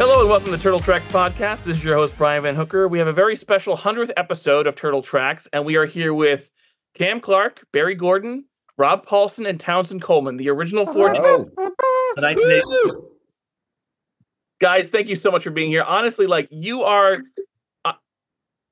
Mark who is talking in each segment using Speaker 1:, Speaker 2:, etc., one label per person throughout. Speaker 1: welcome to Turtle Tracks Podcast. This is your host, Brian Van Hooker. We have a very special 100th episode of Turtle Tracks, and we are here with Cam Clark, Barry Gordon, Rob Paulson, and Townsend Coleman, the original four. that I did. Guys, thank you so much for being here. Honestly, like, you are. uh,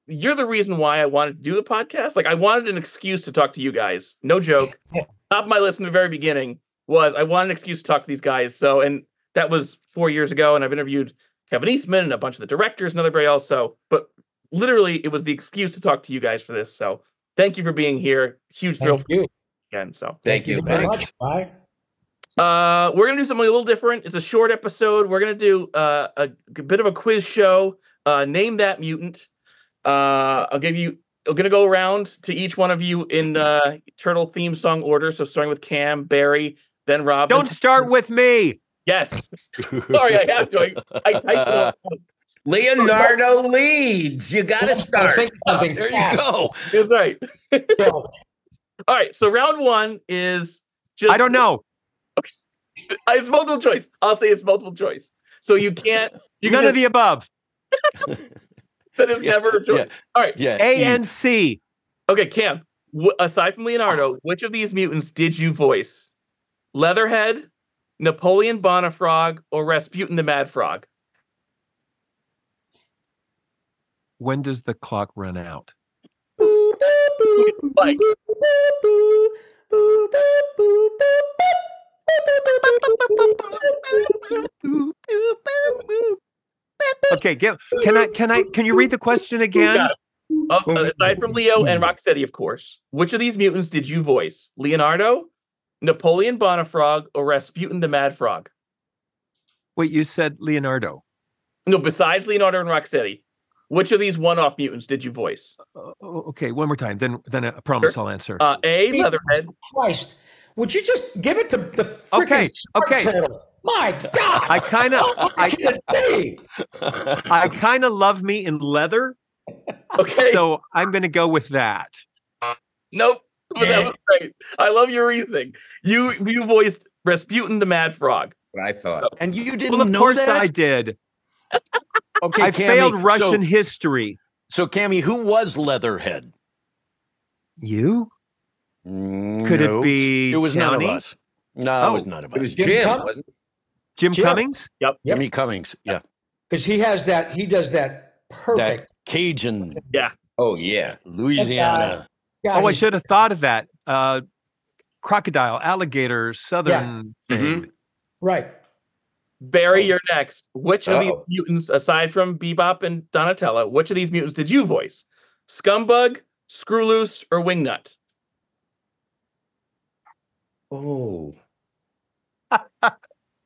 Speaker 1: You're the reason why I wanted to do the podcast. Like, I wanted an excuse to talk to you guys. No joke. Top of my list from the very beginning was I wanted an excuse to talk to these guys. So, and that was four years ago, and I've interviewed Kevin Eastman and a bunch of the directors and everybody else. So, but literally, it was the excuse to talk to you guys for this. So, thank you for being here. Huge thrill
Speaker 2: Thank
Speaker 1: for
Speaker 2: you.
Speaker 1: again. So,
Speaker 3: Thank you.
Speaker 2: very
Speaker 3: Thanks.
Speaker 2: much. Bye.
Speaker 1: uh, we're gonna do something a little different. It's a short episode. We're gonna do uh, a g- bit of a quiz show. Uh, name that mutant. Uh, I'll give you. I'm gonna go around to each one of you in uh, turtle theme song order. So starting with Cam, Barry, then Rob. then
Speaker 4: Don't start with me.
Speaker 1: Yes. Sorry, I have to. I, I typed it up.
Speaker 3: Leonardo leads. You got to start.
Speaker 2: Think something
Speaker 3: There you
Speaker 2: fast.
Speaker 3: go.
Speaker 1: It's all right.
Speaker 2: Don't.
Speaker 1: All right. So round one is just.
Speaker 4: I don't know.
Speaker 1: I- It's multiple choice. I'll say it's multiple choice. So you can't. You
Speaker 4: None
Speaker 1: can
Speaker 4: of the above.
Speaker 1: That is
Speaker 3: Yeah,
Speaker 1: never a choice.
Speaker 3: yeah.
Speaker 1: All right.
Speaker 3: Yeah.
Speaker 4: A and C.
Speaker 1: Okay, Cam. W- aside from Leonardo, which of these mutants did you voice? Leatherhead, Napoleon Bonafrog, or Rasputin the Mad Frog?
Speaker 4: When does the clock run out?
Speaker 1: Like,
Speaker 4: Okay, get, can I can I can you read the question again?
Speaker 1: got of- uh, aside from Leo and Rocksteady, of course, which of these mutants did you voice? Leonardo, Napoleon Bonafrog, or Rasputin the Mad Frog?
Speaker 4: Wait, you said Leonardo.
Speaker 1: No, besides Leonardo and Rocksteady, which of these one-off mutants did you voice?
Speaker 4: Uh, okay, one more time. Then then I promise I'll answer.
Speaker 1: Uh, A. Leatherhead.
Speaker 2: Christ. Would you just give it to the freaking
Speaker 4: Okay,
Speaker 2: smart
Speaker 4: okay.
Speaker 2: turtle? My God.
Speaker 4: I kind of
Speaker 2: How
Speaker 4: I
Speaker 2: can it be?
Speaker 4: I kind of love me in leather,
Speaker 1: Okay.
Speaker 4: so I'm going to go with that.
Speaker 1: Nope. But that was great. I love your reasoning. You you voiced Rasputin the Mad Frog.
Speaker 3: I thought.
Speaker 5: And you didn't
Speaker 4: Well, of
Speaker 5: know
Speaker 4: course
Speaker 5: that?
Speaker 4: I did.
Speaker 5: okay,
Speaker 4: I
Speaker 5: Cammy,
Speaker 4: failed Russian
Speaker 5: So,
Speaker 4: history.
Speaker 5: so Cammy, who was Leatherhead?
Speaker 4: You? Could it be
Speaker 5: It was none
Speaker 4: Downey?
Speaker 5: of us. No,
Speaker 4: Oh.
Speaker 5: it was none of us.
Speaker 3: It was
Speaker 2: Jim
Speaker 3: Jim,
Speaker 2: Cummings?
Speaker 3: wasn't it?
Speaker 4: Jim
Speaker 2: Jim.
Speaker 4: Cummings?
Speaker 2: Yep.
Speaker 5: Jimmy Cummings. Yeah.
Speaker 2: Because he has that, he does that perfect.
Speaker 5: Cajun,
Speaker 3: Oh, yeah.
Speaker 5: Louisiana.
Speaker 2: God,
Speaker 4: Oh, I
Speaker 2: he's-
Speaker 4: should have thought of that. Uh, crocodile, alligator, southern thing.
Speaker 2: Right. Oh.
Speaker 1: Barry, you're next. Which of these
Speaker 3: Uh-oh.
Speaker 1: mutants, aside from Bebop and Donatello, which of these mutants did you voice? Scumbug, Screwloose, or Wingnut?
Speaker 3: Oh.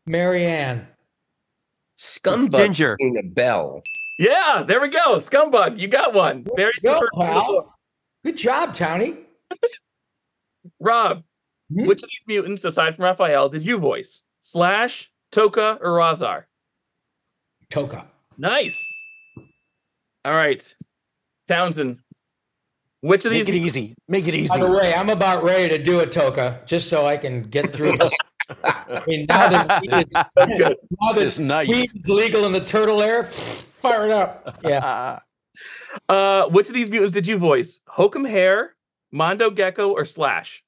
Speaker 2: Marianne.
Speaker 3: Scumbag.
Speaker 4: Ginger.
Speaker 3: ringing a bell.
Speaker 1: Yeah, there we go. Scumbag, you got one. Barry's the
Speaker 2: Go,
Speaker 1: first one to
Speaker 2: pal.
Speaker 1: vote.
Speaker 2: Good job, Townie.
Speaker 1: Rob,
Speaker 2: Hmm?
Speaker 1: which of these mutants, aside from Raphael, did you voice? Slash, Toka, or Razar?
Speaker 2: Toka.
Speaker 1: Nice. All right. Townsend, which of these
Speaker 5: Make it easy. Make it
Speaker 2: By
Speaker 5: easy.
Speaker 2: the way, I'm about ready to do a Toka, just so I can get through this. I mean, now that weed is-
Speaker 1: That's good.
Speaker 2: now
Speaker 5: This
Speaker 2: that
Speaker 5: night.
Speaker 2: weed is legal in the turtle air, fire it up. Yeah.
Speaker 5: Ah,
Speaker 1: Uh, which of these mutants did you voice? Hokum Hair, Mondo Gecko, or Slash?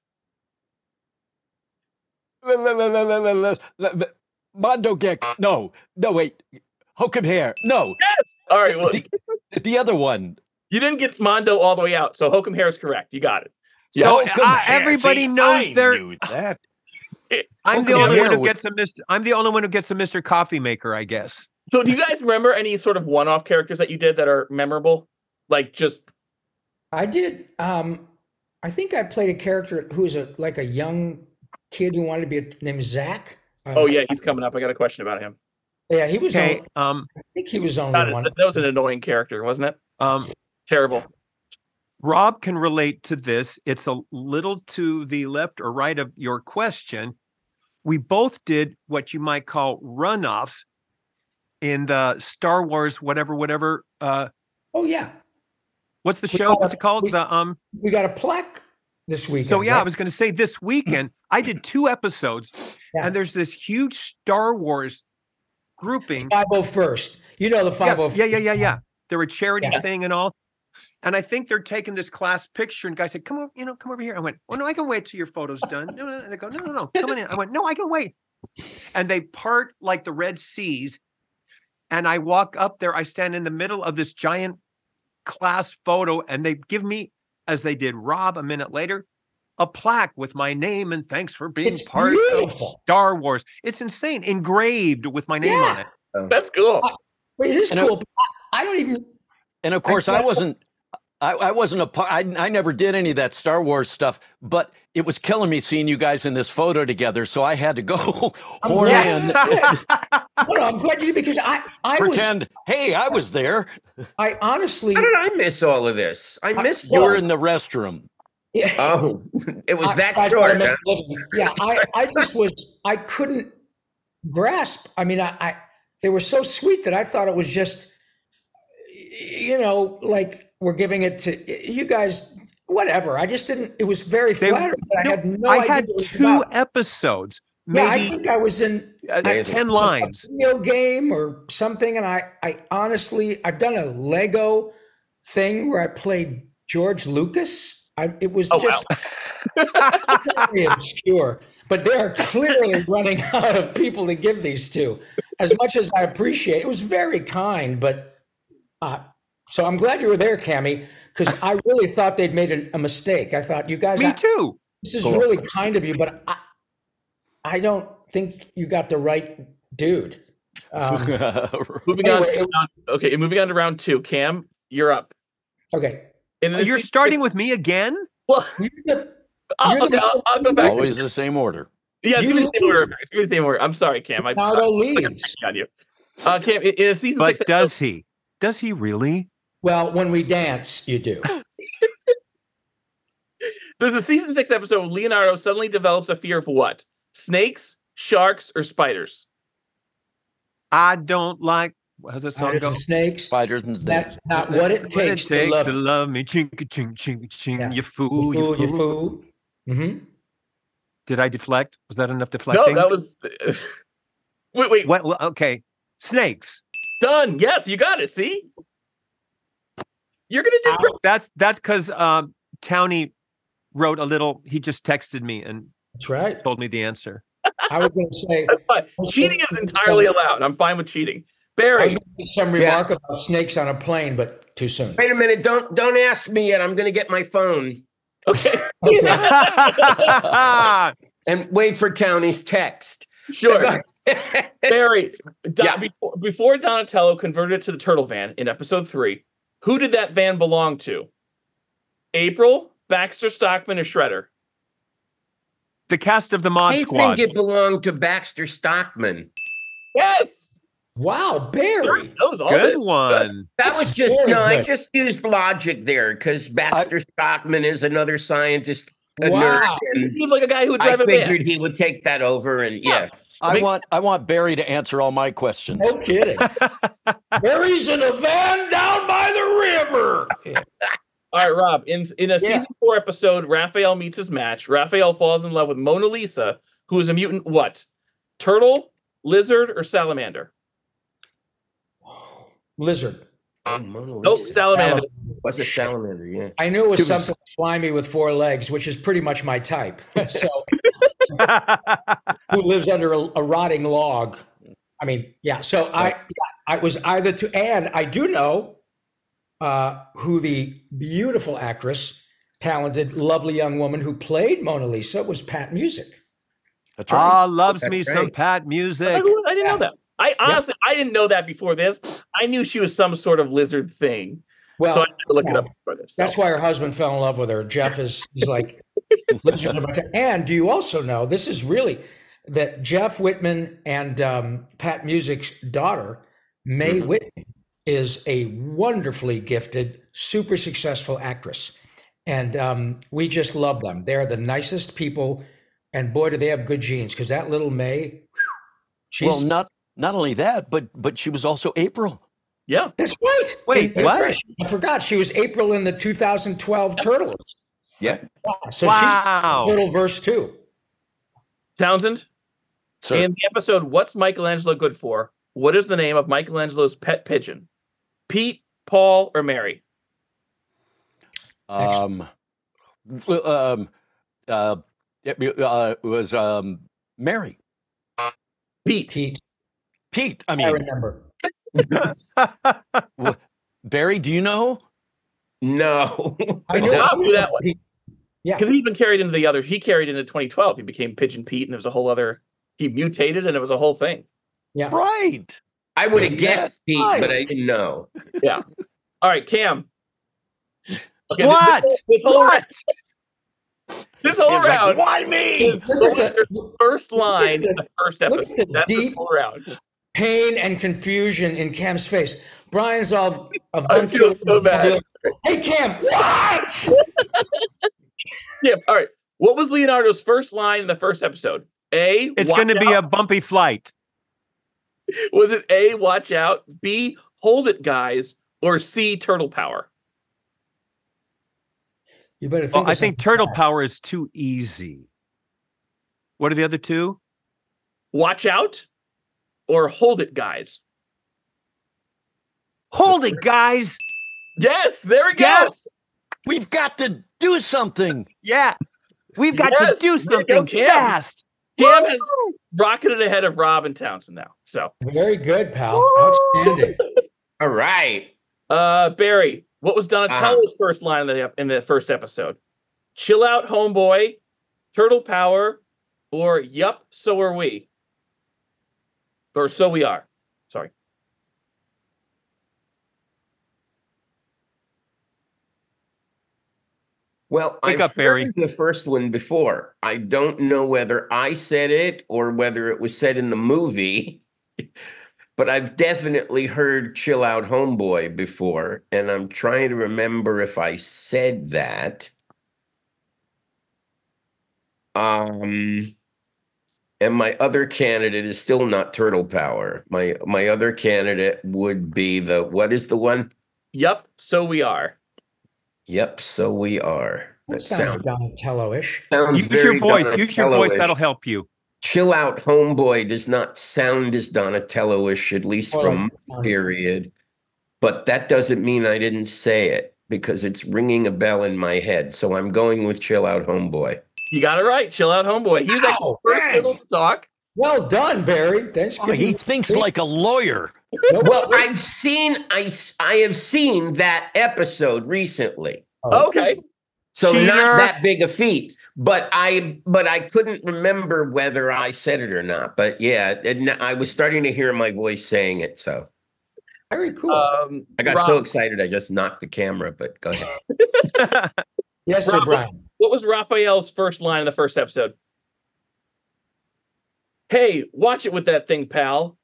Speaker 5: la, la, la, la, la, la, la, la, la. Mondo Gek. No. No, wait. Hokum Hair. No.
Speaker 1: Yes. All right. Well,
Speaker 5: The- The other one.
Speaker 1: you didn't get Mondo all the way out, so Hokum Hair is correct. You got it.
Speaker 4: So
Speaker 5: Hokum
Speaker 4: uh,
Speaker 5: Hair.
Speaker 4: everybody
Speaker 5: See,
Speaker 4: knows
Speaker 5: I
Speaker 4: they're.
Speaker 5: knew that.
Speaker 4: I'm the
Speaker 5: Hokum
Speaker 4: only one
Speaker 5: Hair
Speaker 4: who
Speaker 5: was-
Speaker 4: gets a Mr. I'm the only one who gets a Mr. Coffee Maker, I guess.
Speaker 1: So, do you guys remember any sort of one-off characters that you did that are memorable? Like just
Speaker 2: I did. Um, I think I played a character who was a like a young kid who wanted to be a, named Zach. Uh,
Speaker 1: oh yeah, he's coming up. I got a question about him.
Speaker 2: yeah. He was.
Speaker 4: Okay.
Speaker 2: on-
Speaker 4: Um.
Speaker 2: I think he was
Speaker 1: Got
Speaker 2: only
Speaker 1: it.
Speaker 2: one.
Speaker 1: That, that was an annoying character, wasn't it?
Speaker 4: Um.
Speaker 1: Terrible.
Speaker 4: Rob can relate to this. It's a little to the left or right of your question. We both did what you might call runoffs in the Star Wars, whatever, whatever. Uh,
Speaker 2: Oh yeah,
Speaker 4: what's the
Speaker 2: We
Speaker 4: show?
Speaker 2: got
Speaker 4: What's
Speaker 2: a-
Speaker 4: it called?
Speaker 2: we-
Speaker 4: The um.
Speaker 2: we got a plaque this weekend.
Speaker 4: So yeah, I
Speaker 2: right?
Speaker 4: was going to say this weekend I did two episodes,
Speaker 2: Yeah.
Speaker 4: and there's this huge Star Wars grouping.
Speaker 2: 501st. You know the
Speaker 4: Yes,
Speaker 2: 501st.
Speaker 4: yeah, yeah, yeah, yeah. They're a charity
Speaker 2: Yeah.
Speaker 4: thing and all. And I think they're taking this class picture. And guy said, "Come over, you know, come over here." I went, "Oh no, I can wait till your photo's done." No, no, no. They go, "No, no, no, come on in." I went, "No, I can wait." And they part like the Red Seas. And I walk up there. I stand in the middle of this giant class photo, and they give me, as they did Rob a minute later, a plaque with my name and thanks for being
Speaker 2: It's
Speaker 4: part of
Speaker 2: beautiful.
Speaker 4: Star Wars. It's insane, engraved with my name on
Speaker 2: Yeah.
Speaker 4: it.
Speaker 1: That's cool.
Speaker 2: Wait, it is
Speaker 5: And I-
Speaker 2: cool. but I, I don't even.
Speaker 5: And of course, I
Speaker 2: guess-
Speaker 5: wasn't. I, I wasn't a part. I, I never did any of that Star Wars stuff, but it was killing me seeing you guys in this photo together. So I had to go horn in,
Speaker 2: No, no, I'm glad you did because I, I was.
Speaker 5: pretend, hey, I was there.
Speaker 2: I honestly.
Speaker 3: How did I miss all of this? I
Speaker 2: I-
Speaker 3: missed.
Speaker 5: You
Speaker 2: Well-
Speaker 5: were
Speaker 3: your
Speaker 5: in the restroom.
Speaker 3: Oh, it was
Speaker 2: I-
Speaker 3: that
Speaker 2: I
Speaker 3: short.
Speaker 2: thought I
Speaker 3: huh?
Speaker 2: meant living. Yeah, I, I just was, I couldn't grasp. I mean, I, I, they were so sweet that I thought it was just, you know, like we're giving it to you guys, whatever. I just didn't, it was very
Speaker 4: They-
Speaker 2: flattering, but
Speaker 4: no,
Speaker 2: I had no
Speaker 4: I
Speaker 2: idea.
Speaker 4: had
Speaker 2: what it was
Speaker 4: two
Speaker 2: about.
Speaker 4: episodes,
Speaker 2: yeah, I
Speaker 4: maybe
Speaker 2: think I was in
Speaker 4: uh,
Speaker 3: Amazing.
Speaker 4: ten lines.
Speaker 2: a video game or something. And I, I honestly, I've done a Lego thing where I played George Lucas. I, it was
Speaker 1: Oh, wow.
Speaker 2: just very obscure, but they are clearly running out of people to give these to. As much as I appreciate, it was very kind, but uh, so I'm glad you were there, Cammy, because I really thought they'd made a, a mistake. I thought you guys,
Speaker 4: Me
Speaker 2: I-
Speaker 4: too.
Speaker 2: this is
Speaker 5: Cool.
Speaker 2: really kind of you, but I, I don't think you got the right dude. Um,
Speaker 1: Moving on.
Speaker 2: Anyway,
Speaker 1: To
Speaker 2: it-
Speaker 1: round, okay, moving on to round two. Cam, you're up.
Speaker 2: okay,
Speaker 1: And this
Speaker 4: You're
Speaker 1: is-
Speaker 4: starting with me again.
Speaker 1: Well,
Speaker 2: You're the-
Speaker 1: I'll,
Speaker 2: you're the
Speaker 1: okay, I'll, I'll go back.
Speaker 5: Always the same order.
Speaker 1: yeah, it's
Speaker 2: you-
Speaker 1: gonna be the same order. It's gonna be the same order. I'm sorry, Cam. I, I,
Speaker 2: Ronaldo
Speaker 1: like I'm
Speaker 2: leaves.
Speaker 1: picking on you. Uh, Cam, in, in season
Speaker 4: But
Speaker 1: six,
Speaker 4: does he? Does he really?
Speaker 2: Well, when we dance, you do.
Speaker 1: There's a season six episode where Leonardo suddenly develops a fear of what? Snakes, sharks, or spiders?
Speaker 4: I don't like. How's that song
Speaker 2: Spiders
Speaker 4: go?
Speaker 2: and snakes.
Speaker 5: Spiders and
Speaker 2: That's not what it
Speaker 4: What
Speaker 2: takes.
Speaker 4: it
Speaker 2: to love
Speaker 4: to
Speaker 2: you.
Speaker 4: love me. Chink, chink, chink, chink.
Speaker 2: Yeah.
Speaker 4: You fool, you fool.
Speaker 2: you fool. hmm
Speaker 4: Did I deflect? Was that enough deflecting?
Speaker 1: No, that was. wait, wait.
Speaker 4: What, well, okay. Snakes.
Speaker 1: Done. Yes, you got it. See? You're going to do great.
Speaker 4: That's that's because um, Townie wrote a little. He just texted me and
Speaker 2: That's right.
Speaker 4: told me the answer.
Speaker 2: I was going to say,
Speaker 1: That's fine.
Speaker 2: Okay.
Speaker 1: Cheating is entirely allowed. I'm fine with cheating.
Speaker 2: I was
Speaker 1: Barry,
Speaker 2: going to make some remark about snakes on a plane, but too soon.
Speaker 3: Wait a minute! Don't don't ask me yet. I'm gonna get my phone
Speaker 1: okay,
Speaker 2: Okay.
Speaker 3: and wait for Townie's text.
Speaker 1: sure. Barry, Don,
Speaker 3: Yeah.
Speaker 1: before, before Donatello converted to the turtle van in episode three, who did that van belong to? April, Baxter Stockman, or Shredder?
Speaker 4: the cast of the Mod
Speaker 3: I
Speaker 4: Squad.
Speaker 3: think it belonged to Baxter Stockman.
Speaker 1: Yes.
Speaker 2: Wow, Barry.
Speaker 1: That was all
Speaker 4: Good
Speaker 1: it.
Speaker 4: one.
Speaker 3: That was just
Speaker 2: Very
Speaker 3: no. I
Speaker 2: good.
Speaker 3: just used logic there because Baxter Stockman is another scientist. A
Speaker 2: Wow.
Speaker 3: nerd,
Speaker 1: He
Speaker 3: and
Speaker 1: seems like a guy who would
Speaker 3: I
Speaker 1: drive a van.
Speaker 3: figured he would take that over, and yeah,
Speaker 5: I
Speaker 1: Make-
Speaker 5: want I want Barry to answer all my questions.
Speaker 2: No kidding. Barry's in a van down by the river. Yeah.
Speaker 1: All right, Rob. In in a
Speaker 2: Yeah.
Speaker 1: season four episode, Raphael meets his match. Raphael falls in love with Mona Lisa, who is a mutant. What? Turtle, lizard, or salamander?
Speaker 2: Lizard.
Speaker 3: Oh, Mona
Speaker 1: Nope,
Speaker 3: Lisa.
Speaker 1: salamander.
Speaker 3: was a salamander. Yeah,
Speaker 2: I knew it was
Speaker 5: It was-
Speaker 2: something slimy with four legs, which is pretty much my type. so, who lives under a, a rotting log? I mean, yeah. So I, yeah, I was either to, and I do know uh, who the beautiful actress, talented, lovely young woman who played Mona Lisa was Pat Music.
Speaker 5: That's right.
Speaker 4: Ah, loves
Speaker 3: That's
Speaker 4: me some
Speaker 3: great.
Speaker 4: Pat
Speaker 1: I was
Speaker 4: music.
Speaker 1: like, "What? I didn't know that. I honestly, I didn't know that before this. I knew she was some sort of lizard thing,
Speaker 2: Well,
Speaker 1: so I had to look it
Speaker 2: yeah.
Speaker 1: up for this.
Speaker 2: That's why her husband fell in love with her. Jeff is he's like, lizard about to- and do you also know this is really that Jeff Whitman and um, Pat Music's daughter, Mae Whitman, is a wonderfully gifted, super successful actress. And um, we just love them. They're the nicest people. And boy, do they have good genes because that little May, whew, she's.
Speaker 5: well, not not only that, but but she was also April.
Speaker 1: yeah.
Speaker 2: that's right.
Speaker 4: Wait,
Speaker 2: That's
Speaker 4: what?
Speaker 2: right. I forgot. She was April in the 2012 Turtles.
Speaker 5: Yeah.
Speaker 2: Wow, So she's
Speaker 4: Wow.
Speaker 2: Turtle verse two.
Speaker 1: Townsend
Speaker 5: So
Speaker 1: in the episode "What's Michelangelo Good For?" What is the name of Michelangelo's pet pigeon? Pete, Paul, or Mary?
Speaker 5: Um, well, um, uh, it uh, was um, Mary,
Speaker 1: Pete.
Speaker 2: Pete.
Speaker 5: Pete. I
Speaker 2: I
Speaker 5: mean,
Speaker 2: remember.
Speaker 5: Barry. Do you know?
Speaker 3: No.
Speaker 2: I knew
Speaker 1: Bob knew that one
Speaker 2: Yeah.
Speaker 1: because he's been carried into the other. He carried into 2012. He became Pigeon Pete, and there was a whole other. He mutated, and it was a whole thing.
Speaker 5: Right.
Speaker 3: I would have
Speaker 5: Yes,
Speaker 3: guessed Pete, but I
Speaker 5: right.
Speaker 3: didn't know.
Speaker 1: All right, Cam. Okay, this-
Speaker 4: What?
Speaker 1: This whole,
Speaker 4: What?
Speaker 1: this whole
Speaker 5: Cam's like,
Speaker 1: round
Speaker 5: Why me?
Speaker 1: is the winner's first line in the first
Speaker 2: Look at
Speaker 1: episode.
Speaker 2: the
Speaker 1: That's the
Speaker 2: deep-
Speaker 1: whole round.
Speaker 2: Pain and confusion in Cam's face. Brian's all.
Speaker 1: I feel so bad.
Speaker 2: Hey, Cam, what?
Speaker 1: Yeah. All right. What was Leonardo's first line in the first episode? A.
Speaker 4: It's
Speaker 1: watch
Speaker 4: going to be
Speaker 1: out.
Speaker 4: a bumpy flight.
Speaker 1: Was it A, watch out, B, hold it, guys, or C, turtle power?
Speaker 2: You better think.
Speaker 4: Well,
Speaker 2: of
Speaker 4: Oh, I think
Speaker 2: something.
Speaker 4: turtle power is too easy. What are the other two?
Speaker 1: Watch out or hold it, guys?
Speaker 4: Hold it, guys.
Speaker 1: Yes, there it goes.
Speaker 4: Yes.
Speaker 5: We've got to do something.
Speaker 4: Yeah. We've got
Speaker 1: Yes,
Speaker 4: to do
Speaker 1: there you go,
Speaker 4: something
Speaker 1: Cam.
Speaker 4: fast.
Speaker 1: Cam has rocketed ahead of Rob and Townsend now. So,
Speaker 2: Very good, pal.
Speaker 4: Woo!
Speaker 2: Outstanding.
Speaker 3: All right.
Speaker 1: uh, Barry, what was Donatello's
Speaker 3: Uh-huh.
Speaker 1: first line in the, ep- in the first episode? Chill out, homeboy, turtle power, or yup, so are we. Or so we are. Sorry.
Speaker 3: Well,
Speaker 4: Wake
Speaker 3: I've
Speaker 4: up, Barry.
Speaker 3: heard the first one before. I don't know whether I said it or whether it was said in the movie, but I've definitely heard "Chill Out, Homeboy" before, and I'm trying to remember if I said that. Um, and my other candidate is still not Turtle Power. My my other candidate would be the what is the one?
Speaker 1: Yup, so we are.
Speaker 3: Yep, so we are.
Speaker 2: That sounds Donatello-ish.
Speaker 3: sounds
Speaker 4: Use your
Speaker 3: very
Speaker 4: voice. Use your voice.
Speaker 3: Donatello-ish.
Speaker 4: That'll help you.
Speaker 3: Chill Out Homeboy does not sound as Donatello-ish, at least from
Speaker 2: um,
Speaker 3: my period. But that doesn't mean I didn't say it because it's ringing a bell in my head. So I'm going with Chill Out Homeboy.
Speaker 1: You got it right. Chill out, homeboy. He was actually
Speaker 2: Ow,
Speaker 1: the first
Speaker 2: dang.
Speaker 1: little talk.
Speaker 2: Well done, Barry. Thanks.
Speaker 5: Oh, he thinks like a lawyer.
Speaker 3: Well, I've seen I s- I have seen that episode recently.
Speaker 1: Okay.
Speaker 3: So
Speaker 4: Cheater.
Speaker 3: not that big a feat, but I but I couldn't remember whether I said it or not. But yeah, and I was starting to hear my voice saying it, so
Speaker 2: Very cool.
Speaker 1: Um,
Speaker 3: I got
Speaker 1: Rob,
Speaker 3: so excited I just knocked the camera, but go ahead.
Speaker 2: yes, sir,
Speaker 1: Robert.
Speaker 2: Brian.
Speaker 1: What was Raphael's first line in the first episode? Hey, watch it with that thing, pal.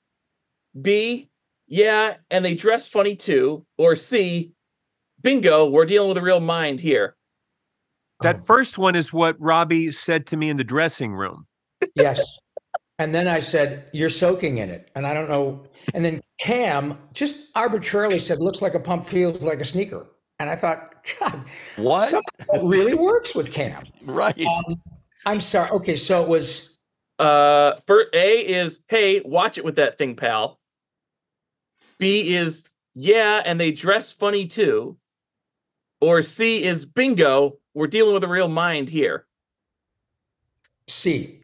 Speaker 1: B, yeah, and they dress funny too. Or C, bingo, we're dealing with a real mind here.
Speaker 4: That first one is what Robbie said to me in the dressing room.
Speaker 2: Yes. And then I said, You're soaking in it. And I don't know. And then Cam just arbitrarily said, Looks like a pump, feels like a sneaker. And I thought, God,
Speaker 5: What?
Speaker 2: something that really works with Cam.
Speaker 5: right.
Speaker 2: Um, I'm sorry. Okay. So it was,
Speaker 1: Uh, for A is, hey, watch it with that thing, pal. B is, yeah, and they dress funny too. Or C is, bingo, we're dealing with a real mind here.
Speaker 2: C.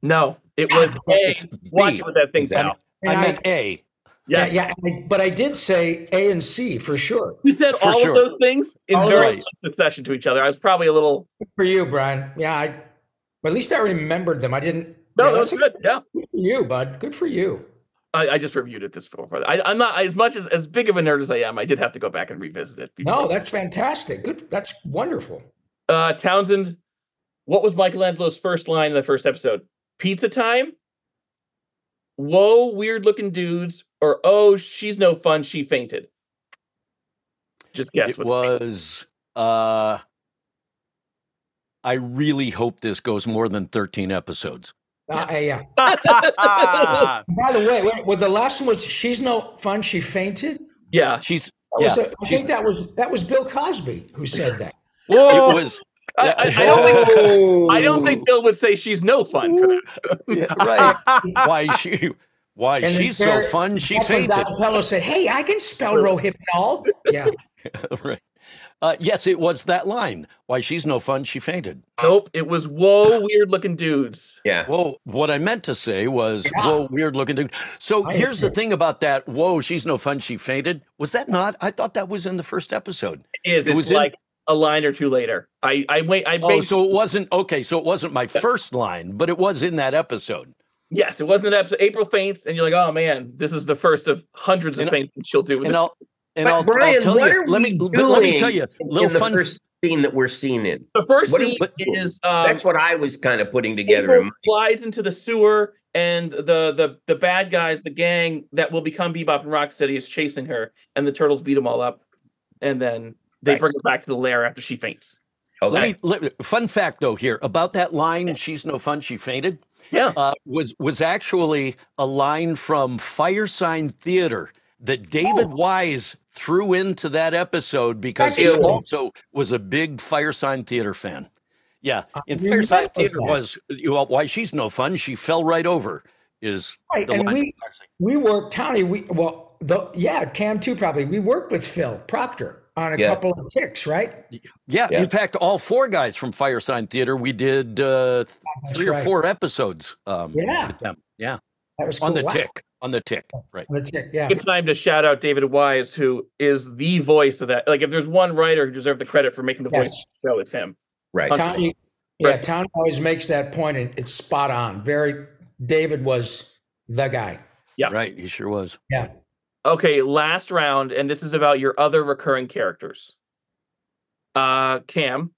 Speaker 1: No, it was A.
Speaker 5: It's B.
Speaker 1: Watch it with that thing,
Speaker 3: Exactly.
Speaker 1: pal.
Speaker 2: And
Speaker 5: I meant A.
Speaker 2: yeah,
Speaker 1: Yes.
Speaker 2: yeah. and I- But I did say A and C for sure.
Speaker 1: You said
Speaker 5: For
Speaker 1: all
Speaker 5: sure.
Speaker 1: of those things in
Speaker 2: All
Speaker 1: very
Speaker 5: right.
Speaker 1: close succession to each other. I was probably a little.
Speaker 2: For you, Brian. Yeah. I, but at least I remembered them. I didn't.
Speaker 1: No,
Speaker 2: yeah,
Speaker 1: that was
Speaker 2: that's
Speaker 1: good. Yeah,
Speaker 2: good for you, bud. Good for you.
Speaker 1: I, I just reviewed it this before. I, I'm not as much as as big of a nerd as I am. I did have to go back and revisit it.
Speaker 2: No, that's fantastic. Good. That's wonderful.
Speaker 1: uh, Townsend. What was Michelangelo's first line in the first episode? Pizza time. Whoa, weird looking dudes, or oh, she's no fun. She fainted. Just guess
Speaker 5: it
Speaker 1: what.
Speaker 5: was. Uh, I really hope this goes more than 13 episodes.
Speaker 2: Uh, yeah.
Speaker 4: Ah,
Speaker 2: By the way, wait, well, the last one was she's no fun. She fainted.
Speaker 1: yeah,
Speaker 5: She's.
Speaker 2: That
Speaker 5: Yeah.
Speaker 2: was a- I
Speaker 5: she's-
Speaker 2: think that was that was Bill Cosby who said that.
Speaker 5: It
Speaker 4: Whoa.
Speaker 5: was.
Speaker 1: I, I, I don't think Oh. I don't think Bill would say she's no fun for that.
Speaker 5: Yeah, right. Why she? Why?
Speaker 2: And
Speaker 5: she's
Speaker 2: there-
Speaker 5: so fun. She
Speaker 2: That's when
Speaker 5: fainted.
Speaker 2: Donatello said, "Hey, I can spell Rohypnol." Yeah,
Speaker 5: right. Uh, yes, it was that line. Why she's no fun. She fainted.
Speaker 1: Nope. It was whoa, weird looking dudes.
Speaker 3: Yeah.
Speaker 5: Whoa, what I meant to say was,
Speaker 2: Yeah.
Speaker 5: whoa, weird looking dude. So
Speaker 2: I
Speaker 5: here's the
Speaker 2: agree.
Speaker 5: thing about that. Whoa, she's no fun. She fainted. Was that not? I thought that was in the first episode.
Speaker 1: It is
Speaker 5: It
Speaker 1: it's
Speaker 5: was in-
Speaker 1: like a line or two later. I I wait. I
Speaker 5: Oh,
Speaker 1: basically
Speaker 5: so it wasn't. Okay, so it wasn't my first line, but it was in that episode.
Speaker 1: yes, it wasn't an episode. April faints, and you're like, oh man, this is the first of hundreds of
Speaker 5: And-
Speaker 1: faints that she'll do. With
Speaker 5: And
Speaker 1: this.
Speaker 5: I'll and
Speaker 3: But
Speaker 5: I'll,
Speaker 3: Brian,
Speaker 5: I'll tell
Speaker 3: what
Speaker 5: you.
Speaker 3: are
Speaker 5: Let me
Speaker 3: we
Speaker 5: but let me tell
Speaker 3: doing
Speaker 5: you. Little
Speaker 3: in the
Speaker 5: fun.
Speaker 3: first scene that we're seeing in.
Speaker 1: the first
Speaker 3: What are
Speaker 1: scene
Speaker 3: we doing?
Speaker 1: is um,
Speaker 3: That's what I was kind of putting together. in
Speaker 1: April
Speaker 3: my-
Speaker 1: slides into the sewer, and the the the bad guys, the gang that will become Bebop and Rocksteady, is chasing her, and the turtles beat them all up, and then they
Speaker 3: Right.
Speaker 1: bring her back to the lair after she faints.
Speaker 5: Let
Speaker 3: Okay.
Speaker 5: me, let, fun fact though here about that line. She's no fun. She fainted.
Speaker 1: Yeah.
Speaker 5: uh, was was actually a line from Fire Sign Theater that David
Speaker 2: Oh.
Speaker 5: Wise threw into that episode because he
Speaker 3: Ew.
Speaker 5: also was a big Fire Sign Theater fan. Yeah,
Speaker 2: I
Speaker 5: and Fire
Speaker 2: remember
Speaker 5: Sign Theater
Speaker 2: that.
Speaker 5: was you know, why she's no fun. She fell right over. Is
Speaker 2: right.
Speaker 5: the
Speaker 2: And
Speaker 5: line.
Speaker 2: we we worked Tony. We well, the, yeah, Cam too probably. We worked with Phil Proctor on a
Speaker 3: Yeah.
Speaker 2: couple of ticks, right?
Speaker 5: yeah,
Speaker 3: Yeah.
Speaker 5: in fact, all four guys from Fire Sign Theater. We did uh, th-
Speaker 2: That's
Speaker 5: three or
Speaker 2: right.
Speaker 5: four episodes. Um,
Speaker 2: Yeah,
Speaker 5: with them. yeah,
Speaker 2: that was
Speaker 5: on
Speaker 2: cool.
Speaker 5: the
Speaker 2: Wow.
Speaker 5: tick, on the tick, right.
Speaker 2: On the tick, yeah.
Speaker 1: Good time to shout out David Wise, who is the voice of that. Like, if there's one writer who deserved the credit for making the voice
Speaker 2: Yes.
Speaker 1: of the show, it's him.
Speaker 3: Right.
Speaker 1: Tom-
Speaker 2: Tony, yeah,
Speaker 1: Person.
Speaker 2: Tony always makes that point, and it's spot on. Very David was the guy.
Speaker 1: Yeah.
Speaker 5: Right, he sure was.
Speaker 1: Okay, last round, and this is about your other recurring characters. Uh, Cam.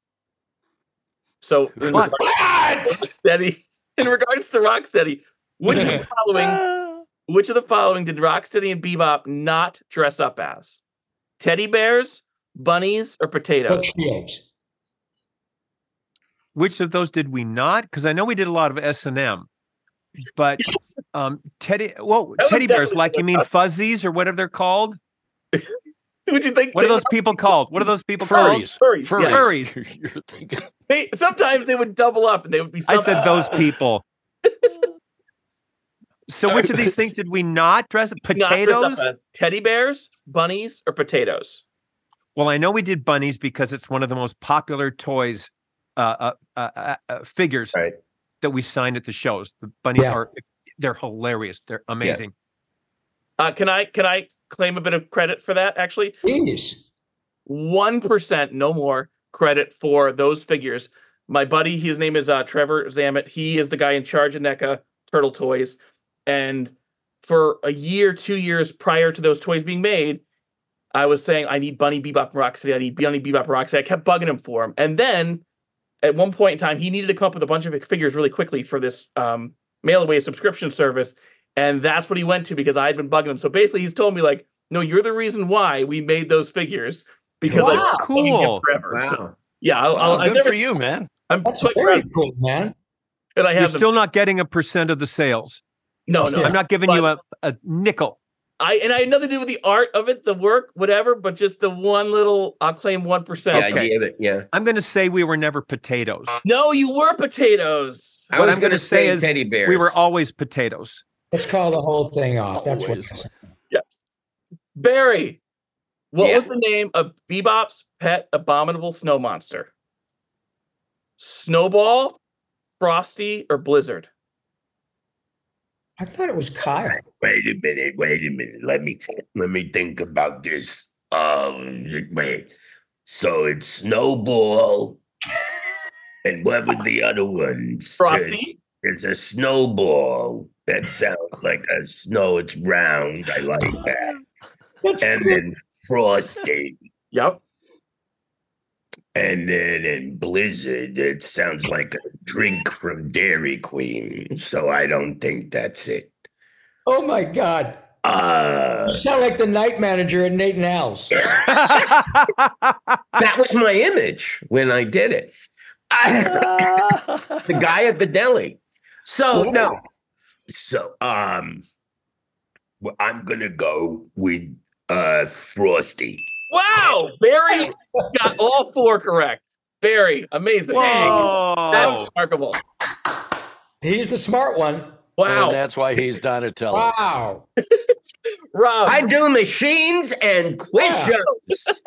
Speaker 1: So, in regards
Speaker 4: What?
Speaker 1: to Rocksteady, in regards to Rocksteady, which of the following,
Speaker 5: Ah.
Speaker 1: which of the following did Rocksteady and Bebop not dress up as? Teddy bears, bunnies, or
Speaker 2: Brooke
Speaker 1: potatoes?
Speaker 2: Shields.
Speaker 4: Which of those did we not? Because I know we did a lot of S and M, but
Speaker 1: Yes.
Speaker 4: um, Teddy, whoa,
Speaker 1: That was
Speaker 4: teddy bears,
Speaker 1: definitely
Speaker 4: like you mean
Speaker 1: us.
Speaker 4: fuzzies or whatever they're called?
Speaker 1: Would you think
Speaker 4: What are
Speaker 1: they
Speaker 4: those people called? What are those people called?
Speaker 5: Furries.
Speaker 1: were furries?
Speaker 5: Furries.
Speaker 1: Yeah.
Speaker 5: You're thinking.
Speaker 1: They, sometimes they would double up, and they would be.
Speaker 4: I
Speaker 1: some- uh,
Speaker 4: said those people. So which of these things did we not dress?
Speaker 1: not dress up
Speaker 4: Potatoes.
Speaker 1: as teddy bears, bunnies, or potatoes?
Speaker 4: Well, I know we did bunnies because it's one of the most popular toys, uh, uh, uh, uh, uh, figures
Speaker 3: Right.
Speaker 4: that we signed at the shows. The bunnies
Speaker 2: Yeah.
Speaker 4: are they're hilarious. They're amazing.
Speaker 1: Uh, can I can I claim a bit of credit for that? Actually,
Speaker 2: Jeez.
Speaker 1: one percent, no more credit for those figures. My buddy, his name is uh, Trevor Zamet. He is the guy in charge of NECA Turtle Toys, and for a year, two years prior to those toys being made, I was saying I need Bunny Bebop and Rocksteady. I need Bunny Bebop and Rocksteady. I kept bugging him for him, and then at one point in time, he needed to come up with a bunch of figures really quickly for this um, mail away subscription service, and that's what he went to because I had been bugging him. So basically, he's told me like, "No, you're the reason why we made those figures because I
Speaker 2: Wow.
Speaker 1: was bugging him
Speaker 4: Cool.
Speaker 1: forever." So,
Speaker 3: Wow.
Speaker 1: yeah, I'll,
Speaker 5: Wow,
Speaker 1: I'll, I
Speaker 5: "Oh, good
Speaker 1: never,
Speaker 5: for you, man.
Speaker 1: I'm
Speaker 2: That's
Speaker 1: quite
Speaker 2: very
Speaker 1: proud
Speaker 2: cool, man.
Speaker 1: that I
Speaker 4: You're
Speaker 1: have them.
Speaker 4: still not getting a percent of the sales.
Speaker 1: no, no,
Speaker 2: Yeah.
Speaker 4: I'm not giving
Speaker 1: But-
Speaker 4: you a, a nickel.
Speaker 1: I and I had nothing to do with the art of it, the work, whatever, but just the one little. I'll claim one
Speaker 3: The
Speaker 1: percent.
Speaker 3: idea that yeah.
Speaker 4: I'm going to say we were never potatoes.
Speaker 1: No, you were potatoes.
Speaker 3: I
Speaker 4: What
Speaker 3: was
Speaker 4: I'm
Speaker 3: going
Speaker 4: gonna
Speaker 3: to say,
Speaker 4: say is
Speaker 3: teddy bears.
Speaker 4: We were always potatoes.
Speaker 2: Let's call the whole thing off. That's what.
Speaker 5: Always.
Speaker 1: Yes, Barry. What
Speaker 3: Yeah.
Speaker 1: was the name of Bebop's pet abominable snow monster? Snowball, Frosty, or Blizzard?
Speaker 2: I thought it was Kyle.
Speaker 3: wait a minute, wait a minute. Let me let me think about this. Um wait. So it's snowball. And what were the other ones?
Speaker 1: Frosty.
Speaker 3: It's a snowball that sounds like a snow. It's round. I like that.
Speaker 2: That's
Speaker 3: And
Speaker 2: cool.
Speaker 3: then frosty.
Speaker 1: Yep.
Speaker 3: And then in blizzard, it sounds like a drink from Dairy Queen. So I don't think that's it.
Speaker 2: oh my God!
Speaker 3: Uh,
Speaker 2: You sound like the night manager at Nate and Al's.
Speaker 3: that was my image when I did it. I- the guy at the deli. So no. So um, well, I'm gonna go with uh frosty.
Speaker 1: Wow, Barry got all four correct. Barry, amazing. That's
Speaker 4: Whoa.
Speaker 1: remarkable.
Speaker 2: He's the smart one.
Speaker 1: Wow.
Speaker 5: And uh, that's why he's Donatello.
Speaker 2: Wow.
Speaker 1: Rob,
Speaker 3: I do machines and quiz
Speaker 2: Yeah.
Speaker 3: shows.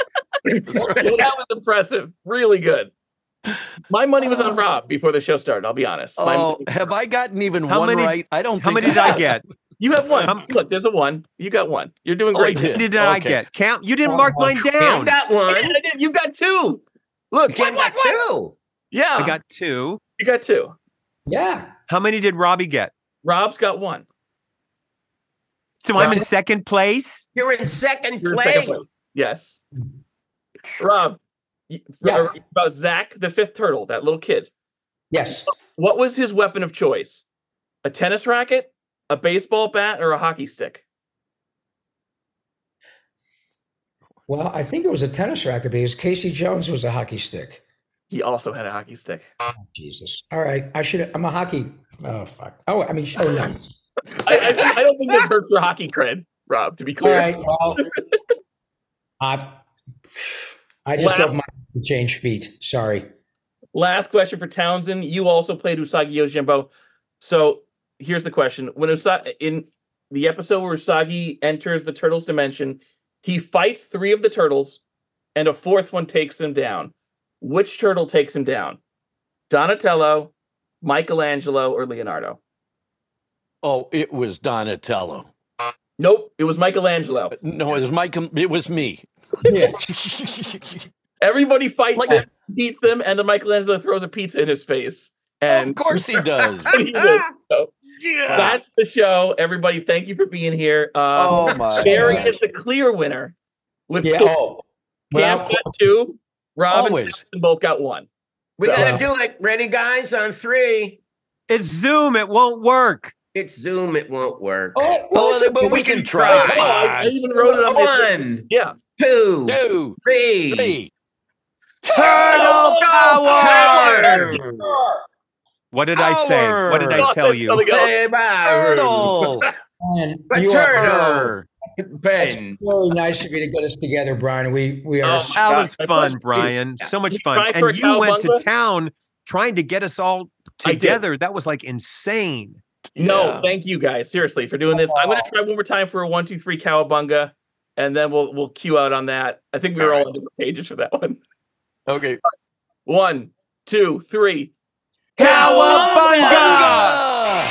Speaker 1: that was impressive. Really good. My money was
Speaker 4: Uh.
Speaker 1: on Rob before the show started. I'll be honest. My-
Speaker 5: Oh, have I gotten even
Speaker 4: How
Speaker 5: one
Speaker 4: many-
Speaker 5: right? I don't
Speaker 4: How
Speaker 5: think
Speaker 4: many did I get?
Speaker 1: you have one.
Speaker 4: Um,
Speaker 1: Look, there's a one. You got one. You're doing
Speaker 5: Oh, I
Speaker 1: great.
Speaker 5: did.
Speaker 4: How many did I
Speaker 5: Okay.
Speaker 4: get? Count. You didn't
Speaker 2: Oh,
Speaker 4: mark mine
Speaker 3: You
Speaker 4: down.
Speaker 3: got
Speaker 1: I
Speaker 3: one.
Speaker 1: did, I did. You got two. Look,
Speaker 3: You got two.
Speaker 1: yeah,
Speaker 4: I got two.
Speaker 1: you got two.
Speaker 2: Yeah.
Speaker 4: How many did Robbie get?
Speaker 1: Rob's got one.
Speaker 4: So I'm in second place.
Speaker 3: You're in 2nd
Speaker 1: You're in
Speaker 3: place.
Speaker 1: second place. Yes. Rob, you-
Speaker 2: Yeah.
Speaker 1: about Zach, the fifth turtle, that little kid.
Speaker 2: Yes.
Speaker 1: What was his weapon of choice? A tennis racket, a baseball bat, or a hockey stick?
Speaker 2: Well, I think it was a tennis racket because Casey Jones was a hockey stick.
Speaker 1: He also had a hockey stick.
Speaker 2: Jesus. All right. I should. I'm a hockey. Oh fuck. Oh, I mean. Oh no.
Speaker 1: I, I, I don't think this hurts your hockey cred, Rob. To be
Speaker 2: All
Speaker 1: clear,
Speaker 2: right. Well, I, I just
Speaker 1: Wow.
Speaker 2: don't mind to change feet. Sorry.
Speaker 1: last question for Townsend. You also played Usagi Yojimbo, so here's the question: When Usagi in the episode where Usagi enters the turtles' dimension, he fights three of the turtles, and a fourth one takes him down. Which turtle takes him down? Donatello, Michelangelo, or Leonardo?
Speaker 5: Oh, it was Donatello.
Speaker 1: Nope, it was Michelangelo.
Speaker 5: No, it was Mike. It was me.
Speaker 2: Yeah.
Speaker 1: Everybody fights
Speaker 5: Like-
Speaker 1: him, beats them, and then Michelangelo throws a pizza in his face. And
Speaker 5: of course he does.
Speaker 3: Um,
Speaker 1: he did.
Speaker 5: Yeah.
Speaker 1: That's the show. Everybody, thank you for being here. Um,
Speaker 5: oh my.
Speaker 1: Barry
Speaker 5: gosh.
Speaker 1: is the clear winner with
Speaker 2: Yeah.
Speaker 1: two.
Speaker 2: Oh.
Speaker 1: Cam
Speaker 2: Well,
Speaker 1: got two. Rob and
Speaker 5: Always.
Speaker 1: Justin both got one.
Speaker 3: We
Speaker 1: So-
Speaker 3: got to do it. Ready, guys, on three.
Speaker 4: It's Zoom. It won't work.
Speaker 3: It's Zoom. It won't work.
Speaker 2: oh, well,
Speaker 5: Oh, but we can
Speaker 3: try.
Speaker 5: try.
Speaker 1: Come on, I, I
Speaker 5: Come
Speaker 1: even wrote it on my.
Speaker 3: One,
Speaker 1: Yeah.
Speaker 3: two,
Speaker 5: on. Two,
Speaker 3: three.
Speaker 5: three.
Speaker 4: Turtle power.
Speaker 3: Power.
Speaker 4: What did I say? What did I
Speaker 1: Power.
Speaker 4: tell you?
Speaker 1: Something-
Speaker 3: Power.
Speaker 5: Turtle.
Speaker 2: man,
Speaker 3: But
Speaker 2: you are
Speaker 5: Turtle.
Speaker 3: Ben.
Speaker 2: really nice of you to get us together, Brian. We we are.
Speaker 1: Oh,
Speaker 4: That was
Speaker 1: I
Speaker 4: fun,
Speaker 1: thought-
Speaker 4: Brian. So much
Speaker 1: You
Speaker 4: fun.
Speaker 1: try for
Speaker 4: And
Speaker 1: a
Speaker 4: you went to
Speaker 1: cowabunga?
Speaker 4: town trying to get us all
Speaker 1: I did.
Speaker 4: together. That was like insane.
Speaker 1: No,
Speaker 5: Yeah.
Speaker 1: thank you guys seriously for doing this. I'm gonna try one more time for a one, two, three cowabunga, and then we'll we'll cue out on that. I think we were all, on different pages for that one.
Speaker 5: Okay.
Speaker 1: One, two, three.
Speaker 5: Cowabunga!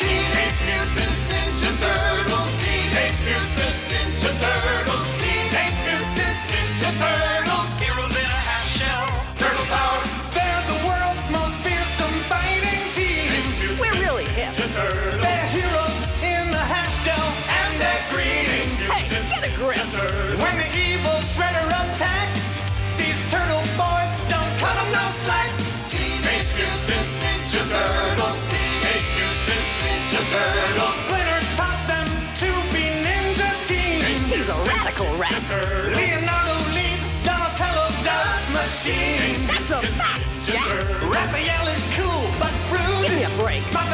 Speaker 6: Teenage Mutant Ninja Turtles. Teenage Mutant Ninja Turtles. Teenage Mutant Ninja Turtles. Heroes in a half shell. Turtle power. They're the world's most fearsome fighting team.
Speaker 7: We're really hip.
Speaker 6: Ninja Turtles. They're heroes in a half shell. And they're green.
Speaker 7: Hey, get a grip.
Speaker 6: When the evil Shredder attacks, these turtle boys don't cut 'em no slack. Teenage Mutant Ninja Turtles. Teenage Mutant Ninja Turtles. Splinter taught them to be ninja teens.
Speaker 7: He's a radical rat.
Speaker 6: Leonardo leads Donatello does machines.
Speaker 7: That's a fact, Jack.
Speaker 6: Raphael is cool but
Speaker 7: Give me
Speaker 6: rude.
Speaker 7: a break.
Speaker 6: But